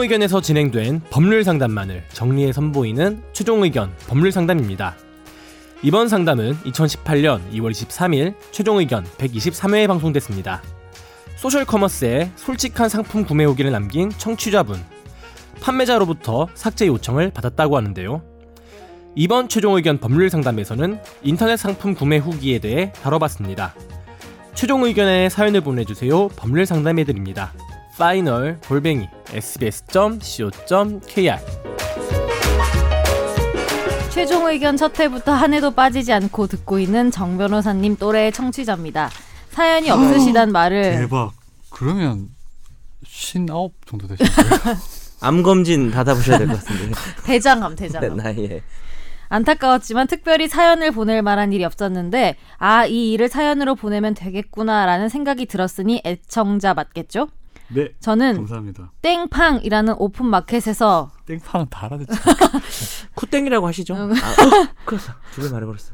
의견에서 진행된 법률 상담만을 정리해 선보이는 최종 의견 법률 상담입니다. 이번 상담은 2018년 2월 23일 최종 의견 123회에 방송됐습니다. 소셜 커머스에 솔직한 상품 구매 후기를 남긴 청취자분 판매자로부터 삭제 요청을 받았다고 하는데요. 이번 최종 의견 법률 상담에서는 인터넷 상품 구매 후기에 대해 다뤄봤습니다. 최종 의견에 사연을 보내주세요. 법률 상담해드립니다. 파이널 골뱅이 sbs.co.kr 최종 의견 첫 회부터 한 해도 빠지지 않고 듣고 있는 정 변호사님 또래의 청취자입니다. 사연이 없으시단 네. 말을 대박. 그러면 신아홉 정도 되실 거예요. 암검진 받아보셔야 될 것 같은데. 대장암 네, 대장암. 나이에. 안타까웠지만 특별히 사연을 보낼 만한 일이 없었는데 아 이 일을 사연으로 보내면 되겠구나라는 생각이 들었으니 애청자 맞겠죠? 네. 저는 감사합니다. 땡팡이라는 오픈 마켓에서 땡팡 달아듣지. 네. 쿠땡이라고 하시죠? 아, 어? 그렇어. 두개 말해버렸어.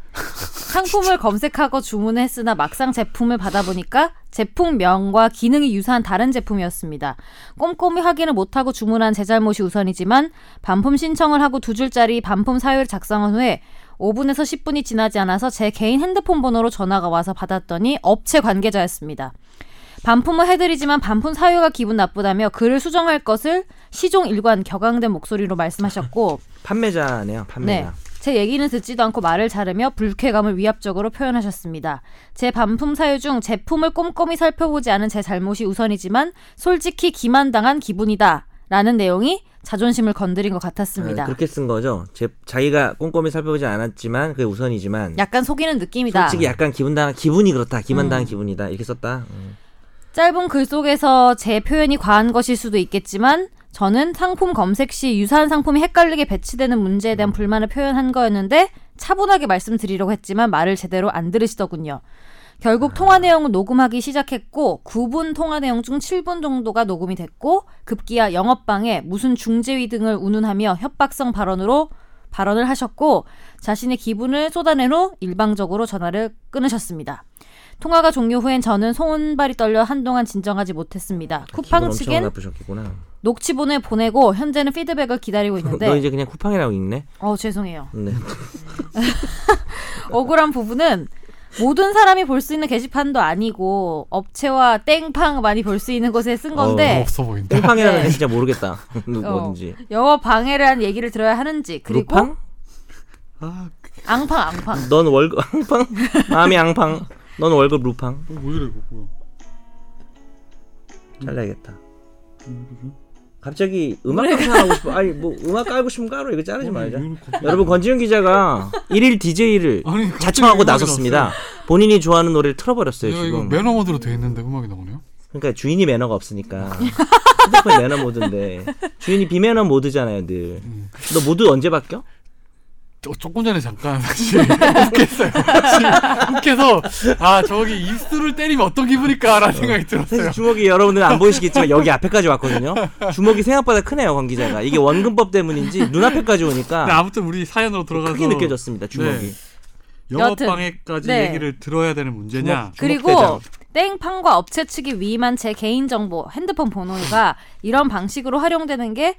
상품을 검색하고 주문했으나 막상 제품을 받아보니까 제품명과 기능이 유사한 다른 제품이었습니다. 꼼꼼히 확인을 못하고 주문한 제 잘못이 우선이지만 반품 신청을 하고 두 줄짜리 반품 사유를 작성한 후에 5분에서 10분이 지나지 않아서 제 개인 핸드폰 번호로 전화가 와서 받았더니 업체 관계자였습니다. 반품을 해드리지만 반품 사유가 기분 나쁘다며 글을 수정할 것을 시종 일관 격앙된 목소리로 말씀하셨고 판매자네요. 어, 네. 판매자. 제 얘기는 듣지도 않고 말을 자르며 불쾌감을 위압적으로 표현하셨습니다. 제 반품 사유 중 제품을 꼼꼼히 살펴보지 않은 제 잘못이 우선이지만 솔직히 기만당한 기분이다. 라는 내용이 자존심을 건드린 것 같았습니다. 아, 그렇게 쓴 거죠. 제, 자기가 꼼꼼히 살펴보지 않았지만 그게 우선이지만 약간 속이는 느낌이다. 음. 솔직히 약간 기분 당 기분이 그렇다. 기만 당한 기분이다. 이렇게 썼다. 음. 짧은 글 속에서 제 표현이 과한 것일 수도 있겠지만 저는 상품 검색 시 유사한 상품이 헷갈리게 배치되는 문제에 음. 대한 불만을 표현한 거였는데 차분하게 말씀드리려고 했지만 말을 제대로 안 들으시더군요. 결국 통화 내용은 녹음하기 시작했고 9분 통화 내용 중 7분 정도가 녹음이 됐고 급기야 영업방에 무슨 중재위 등을 운운하며 협박성 발언으로 발언을 하셨고 자신의 기분을 쏟아낸 후 일방적으로 전화를 끊으셨습니다. 통화가 종료 후엔 저는 손발이 떨려 한동안 진정하지 못했습니다. 기분 쿠팡 엄청 측엔 나쁘셨겠구나. 녹취본을 보내고 현재는 피드백을 기다리고 너 있는데 이제 그냥 쿠팡이라고 읽네. 어 죄송해요. 네. 억울한 부분은 모든 사람이 볼 수 있는 게시판도 아니고 업체와 땡팡 많이 볼 수 있는 곳에 쓴 건데 없어 보인다. 쿠팡이라는 네. 게 진짜 모르겠다. 어, 뭐든지. 영어 방해를 한 얘기를 들어야 하는지 그리고 루팡? 음, 아, 앙팡 앙팡 넌 월급 앙팡? 마음이 앙팡. 넌 월급 루팡. 뭐, 뭐 이래 이거 뭐야? 잘라야겠다. 음, 갑자기 음악 감상하고 싶어. 아니 뭐 음악 깔고 싶으면 깔로 이거 자르지 뭐, 말자. 여러분 권지윤 기자가 일일 DJ를 음. 아니, 갑자기 자청하고 음악이 나섰습니다. 나왔어요. 본인이 좋아하는 노래를 틀어버렸어요 내가 이거 지금. 매너 모드로 돼 있는데 음악이 나오네요. 그러니까 주인이 매너가 없으니까. 음. 핸드폰 매너 모드인데 주인이 비매너 모드잖아요 늘. 음. 너 모드 언제 바뀌어? 저, 조금 전에 잠깐 사실 웃겠어요. 사실 웃겨서 아 저기 입술을 때리면 어떤 기분일까라는 생각이 사실 들었어요. 주먹이 여러분들은 안 보이시겠지만 여기 앞에까지 왔거든요. 주먹이 생각보다 크네요 권 기자가. 이게 원근법 때문인지 눈앞에까지 근데 오니까 아무튼 우리 사연으로 들어가서 크게 느껴졌습니다 주먹이. 네. 여튼, 영업방해까지 네. 얘기를 들어야 되는 문제냐? 그리고 땡팡과 업체 측이 위임한 제 개인정보 핸드폰 번호가 이런 방식으로 활용되는 게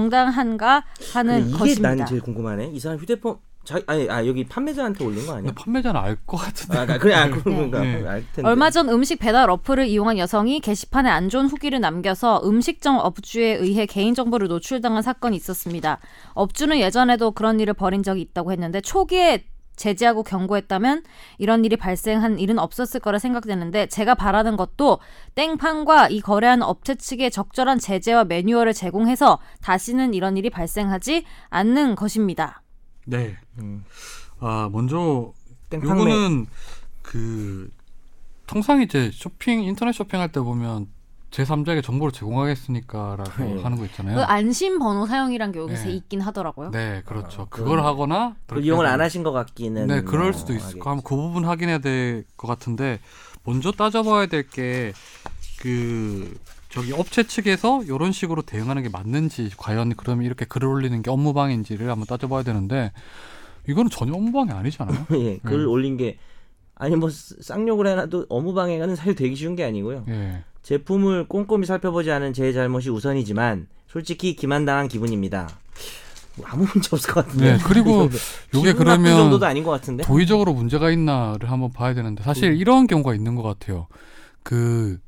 정당한가 하는 그 이게 것입니다. 난 제일 궁금하네. 이 사람 휴대폰 자 아니 아 여기 판매자한테 올린 거 아니야? 근데 판매자는 알 것 같은데. 아, 나 그래 아 그런 건가 네. 알 텐데. 얼마 전 음식 배달 어플을 이용한 여성이 게시판에 안 좋은 후기를 남겨서 음식점 업주에 의해 개인정보를 노출당한 사건이 있었습니다. 업주는 예전에도 그런 일을 벌인 적이 있다고 했는데 초기에 제지하고 경고했다면 이런 일이 발생한 일은 없었을 거라 생각되는데 제가 바라는 것도 땡판과 이 거래하는 업체 측에 적절한 제재와 매뉴얼을 제공해서 다시는 이런 일이 발생하지 않는 것입니다. 네. 음. 아 먼저 땡팡매. 요거는 그 통상 이제 쇼핑 인터넷 쇼핑할 때 보면 제 3자에게 정보를 제공하겠으니까라고 네. 하는 거 있잖아요. 그 안심 번호 사용이란 게 여기서 네. 있긴 하더라고요. 네, 그렇죠. 아, 그걸 그럼. 하거나 그걸 그렇게 이용을 해서- 안 하신 것 같기는. 네, 뭐 그럴 수도 있을 거. 한번 그 부분 확인해야 될 것 같은데 먼저 따져봐야 될 게 그 저기 업체 측에서 이런 식으로 대응하는 게 맞는지 과연 그러면 이렇게 글을 올리는 게 업무방해인지를 한번 따져봐야 되는데 이거는 전혀 업무방해 아니잖아요. 예, 음. 글 올린 게 아니 뭐 쌍욕을 해놔도 어무방해가는 사실 되기 쉬운 게 아니고요. 예, 제품을 꼼꼼히 살펴보지 않은 제 잘못이 우선이지만 솔직히 기만당한 기분입니다. 뭐 아무 문제 없을 것 같은데. 네, 그리고 요게 기분 나쁜 그러면 정도도 아닌 것 같은데. 도의적으로 문제가 있나를 한번 봐야 되는데 사실 음. 이런 경우가 있는 것 같아요. 그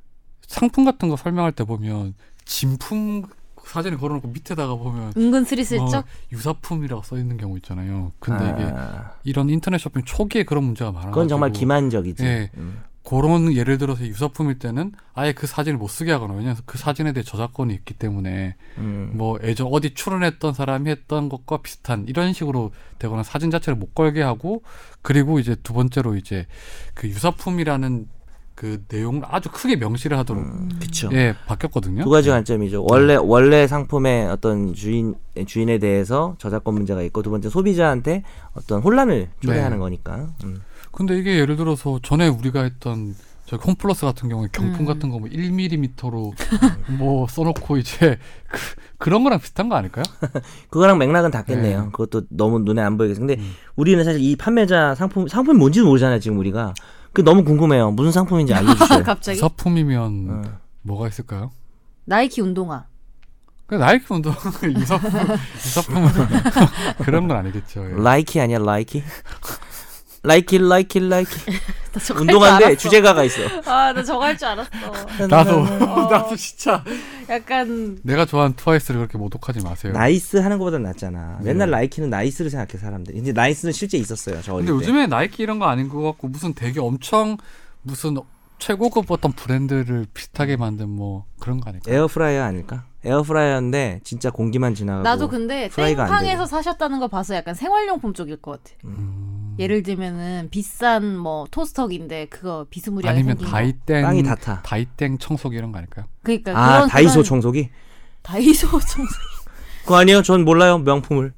상품 같은 거 설명할 때 보면 진품 사전에 걸어놓고 밑에다가 보면 은근 어, 스리슬쩍 유사품이라고 써 있는 경우 있잖아요. 근데 이게 아, 이런 인터넷 쇼핑 초기에 그런 문제가 많아. 그건 정말 기만적이지. 예. 음. 그런 예를 들어서 유사품일 때는 아예 그 사진을 못 쓰게 하거나 왜냐하면 그 사진에 대해 저작권이 있기 때문에 음. 뭐 예전 어디 출연했던 사람이 했던 것과 비슷한 이런 식으로 되거나 사진 자체를 못 걸게 하고 그리고 이제 두 번째로 이제 그 유사품이라는 그 내용을 아주 크게 명시를 하도록 음, 그렇죠. 그쵸. 예 바뀌었거든요. 두 가지 관점이죠. 원래 원래 상품의 어떤 주인 주인에 대해서 저작권 문제가 있고 두 번째 소비자한테 어떤 혼란을 초래하는 네. 거니까. 음. 근데 이게 예를 들어서 전에 우리가 했던 저 홈플러스 같은 경우에 경품 음. 같은 거 뭐 1mm로 뭐 써놓고 이제 그, 런 거랑 비슷한 거 아닐까요? 그거랑 맥락은 닿겠네요. 네. 그것도 너무 눈에 안 보이겠어. 근데 음. 우리는 사실 이 판매자 상품 상품이 뭔지도 모르잖아요. 지금 우리가 그 너무 궁금해요. 무슨 상품인지 어, 네. 알려주세요. 갑자기 유사품이면 음. 뭐가 있을까요? 나이키 운동화. 그 나이키 운동 유사품 유사품은 그런 건 아니겠죠. 예. 라이키 아니야 라이키? 라이키 라이키 라이키 나 저거 할줄 운동화인데 알았어. 주제가가 있어. 아, 나 저거 할 줄 알았어. 나도 어. 나도 진짜 약간 내가 좋아하는 트와이스를 그렇게 모독하지 마세요. 나이스 하는 것보다 낫잖아. 맨날 라이키는 나이스를 생각해 사람들이. 근데 나이스는 실제 있었어요. 저 어릴 네. 근데 때. 요즘에 나이키 이런 거 아닌 것 같고 무슨 되게 엄청 무슨 최고급 어떤 브랜드를 비슷하게 만든 뭐 그런 거 아닐까요? 에어프라이어 아닐까? 에어프라이어인데 진짜 공기만 지나가고. 나도 그 근데 프라이가 안 음. 땡팡에서 사셨다는 거 봐서 약간 생활용품 쪽일 것 같아. 음. 예를 들면은 비싼 뭐 토스터기인데 그거 비스무리하게 아니면 생긴 거. 다이땡 땅이 다 타. 다이땡 청소기 이런 거 아닐까요? 그러니까 아 그런 다이소 그런- 청소기? 다이소 청 그거 아니에요? 전 몰라요 명품을.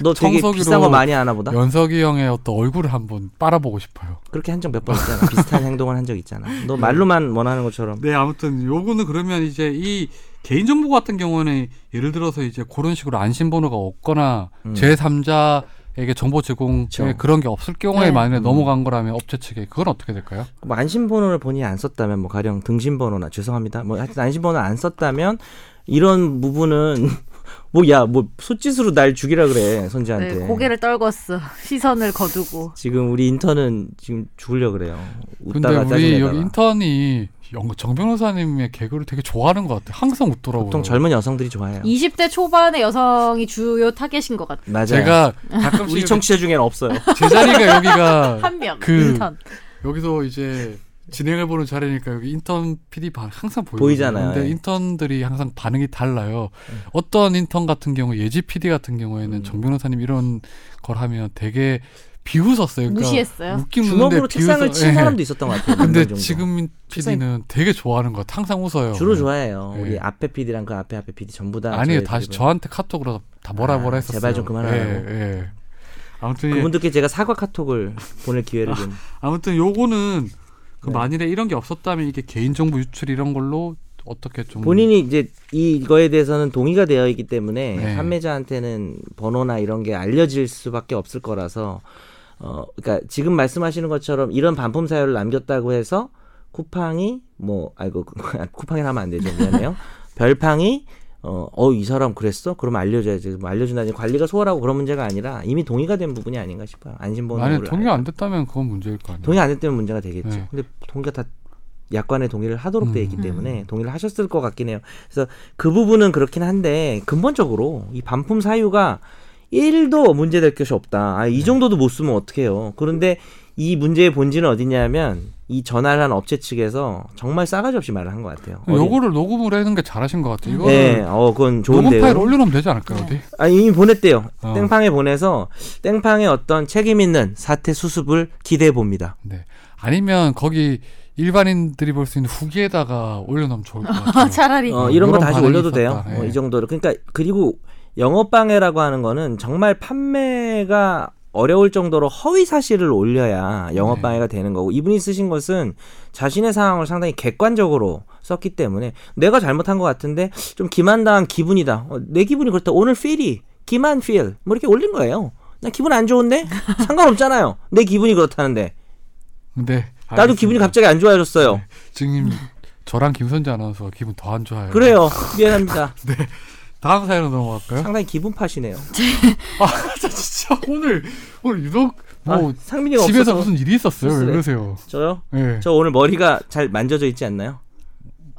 너 되게 청소기로 비싼 거 많이 아나 보다. 연석이 형의 어떤 얼굴을 한번 빨아보고 싶어요. 그렇게 한 적 몇 번 있잖아. 비슷한 행동을 한 적 있잖아. 음. 너 말로만 원하는 것처럼. 네, 아무튼 요거는 그러면 이제 이 개인정보 같은 경우는 예를 들어서 이제 그런 식으로 안심번호가 없거나 음. 제3자에게 정보 제공 에 그쵸. 음. 그런 게 없을 경우에 네. 만약에 넘어간 거라면 업체 측에 그건 어떻게 될까요? 뭐 안심번호를 본인이 안 썼다면 뭐 가령 등신번호나 죄송합니다. 뭐 하여튼 안심번호 안 썼다면 이런 부분은 뭐 야 뭐 솥짓으로 날 죽이라 그래 네, 선지한테. 고개를 떨궜어. 시선을 거두고. 지금 우리 인턴은 지금 죽으려 그래요. 근데 웃다가 우리 짜증내다가. 여기 인턴이 영- 정 변호사님의 개그를 되게 좋아하는 것 같아. 항상 웃더라고요. 보통 젊은 여성들이 좋아해요. 20대 초반의 여성이 주요 타겟인 것 같아. 맞아요. 제가 우리 가끔씩 청취자 중에는 없어요. 제 자리가 여기가 한 명. 그- 인턴. 여기서 이제 진행을 보는 자리니까 여기 인턴 PD 반 항상 보이거든요. 보이잖아요. 근데 예. 음. 인턴들이 항상 반응이 달라요. 어떤 인턴 같은 경우 예지 PD 같은 경우에는 정 변호사님 이런 걸 하면 되게 비웃었어요. 그러니까 무시했어요? 웃긴 주먹으로 웃는데 책상을 비웃어- 친 예. 사람도 있었던 것 같아요. 근데 몇명 정도. 지금 PD는 되게 좋아하는 것 같아. 항상 웃어요. 주로 좋아해요. 예. 우리 앞에 PD랑 그 앞에 앞에 PD 전부 다 아니에요. 저희 다시 드립을. 저한테 카톡으로 다 뭐라 아, 뭐라 했었어요. 제발 좀 그만하라고. 예, 예. 아무튼 예. 그분들께 제가 사과 카톡을 보낼 기회를 좀 아무튼 요거는 그 네. 만일에 이런 게 없었다면 이게 개인정보 유출 이런 걸로 어떻게 좀 본인이 이제 이거에 대해서는 동의가 되어 있기 때문에 네. 판매자한테는 번호나 이런 게 알려질 수밖에 없을 거라서 어 그러니까 지금 말씀하시는 것처럼 이런 반품 사유를 남겼다고 해서 쿠팡이 뭐 아이고 쿠팡이라 하면 안 되죠 미안해요 별팡이 어이 사람 그랬어 그럼 알려줘야지 뭐 알려준다니 관리가 소홀하고 그런 문제가 아니라 이미 동의가 된 부분이 아닌가 싶어요 안심번호를 만약 동의 알- 안 됐다면 그건 문제일 거 아니에요. 동의 안 했다면 문제가 되겠죠 네. 근데 동의가 다 약관에 동의를 하도록 돼 있기 음. 때문에 동의를 하셨을 것 같긴 해요. 그래서 그 부분은 그렇긴 한데 근본적으로 이 반품 사유가 1도 문제될 것이 없다. 네. 아, 이 정도도 못 쓰면 어떡해요. 그런데 이 문제의 본질은 어디냐면 이 전화를 한 업체 측에서 정말 싸가지 없이 말을 한 것 같아요. 어디- 요거를 녹음을 해는 게 잘하신 것 같아요. 이거를 네, 어, 그건 녹음 좋은데요. 파일 올려놓으면 되지 않을까요? 네. 어디? 아, 이미 보냈대요. 어. 땡팡에 보내서 땡팡의 어떤 책임 있는 사태 수습을 기대해 봅니다. 네. 아니면 거기 일반인들이 볼 수 있는 후기에다가 올려놓으면 좋을 것 아, 같아요. 차라리. 어, 어, 이런 거 이런 다시 반응이 올려도 돼요. 있었다. 어, 예. 이 정도로. 그러니까 그리고 영업 방해라고 하는 거는 정말 판매가 어려울 정도로 허위 사실을 올려야 영업 네. 방해가 되는 거고 이분이 쓰신 것은 자신의 상황을 상당히 객관적으로 썼기 때문에 내가 잘못한 것 같은데 좀 기만당한 기분이다. 어, 내 기분이 그렇다. 오늘 필이 기만 필. 뭐 이렇게 올린 거예요. 나 기분 안 좋은데 상관없잖아요. 내 기분이 그렇다는데 네. 나도 기분이 갑자기 안 좋아졌어요. 증님 저랑 김선재 아나운서가 기분 더 안 좋아요. 그래요. 미안합니다. 다음 사연으로 넘어갈까요? 상당히 기분 파시네요. 아 진짜 오늘 오늘 유독 뭐 아, 상민이가 집에서 없어서 무슨 일이 있었어요? 왜 쓸쓸해. 그러세요? 저요? 예. 저 오늘 머리가 잘 만져져 있지 않나요?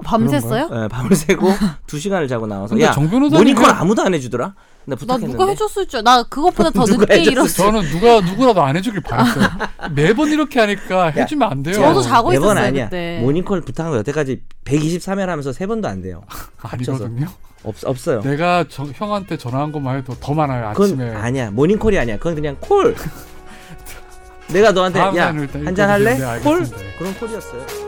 밤샜어요? 예, 밤을 새고 두 시간을 자고 나와서 근데 야 정 변호사님 모니콜 아무도 안 해주더라. 나 나 부탁했는데. 누가 해줬을 줄? 나 그것보다 더 누가 늦게 해줬을 일어났어. 저는 누가 누구라도 안 해주길 바랬어요. 매번 이렇게 하니까 해주면 안 돼요. 저도 자고 매번 있었어요, 아니야. 그때. 모니콜 부탁한 거 여태까지 123회 하면서 세 번도 안 돼요. 아니거든요. 없 없어요. 내가 저, 형한테 전화한 것만 해도 더 많아요 그건 네, 아침에. 아니야. 모닝콜이 아니야. 그건 그냥 콜. 내가 너한테 다음 사연을 야 일단 한 잔 읽어주세요. 할래? 네, 콜? 알겠습니다. 그런 콜이었어요.